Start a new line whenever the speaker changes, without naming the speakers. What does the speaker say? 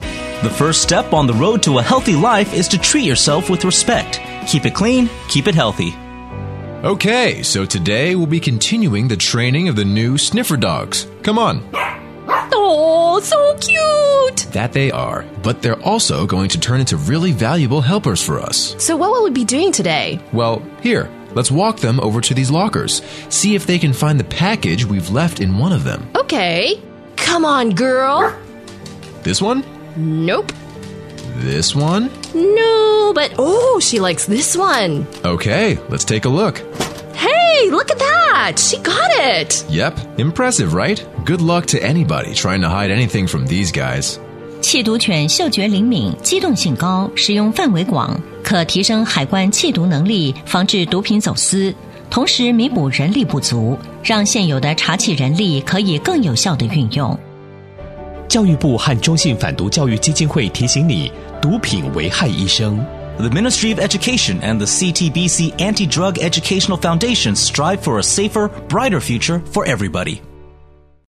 The first step on the road to a healthy life is to treat yourself with respect. Keep it clean, keep it healthy.
Okay, so today we'll be continuing the training of the new sniffer dogs. Come on.
Oh, so cute!
That they are, but they're also going to turn into really valuable helpers for us.
So, what will we be doing today?
Well, here, let's walk them over to these lockers, see if they can find the package we've left in one of them.
Okay. Come on, girl.
This one?
Nope.
This one?
No, but oh, she likes this one.
Okay, let's take a look.
Hey, look at that! She got it!
Yep, impressive, right? Good luck to anybody trying to hide anything from these guys.
弃毒犬嗅觉灵敏，机动性高，使用范围广，可提升海关弃毒能力，防治毒品走私，同时弥补人力不足，让现有的查缉人力可以更有效的运用。
教育部和中信反毒教育基金会提醒你：毒品危害一生。
The Ministry of Education and the CTBC Anti Drug Educational Foundation strive for a safer, brighter future for everybody.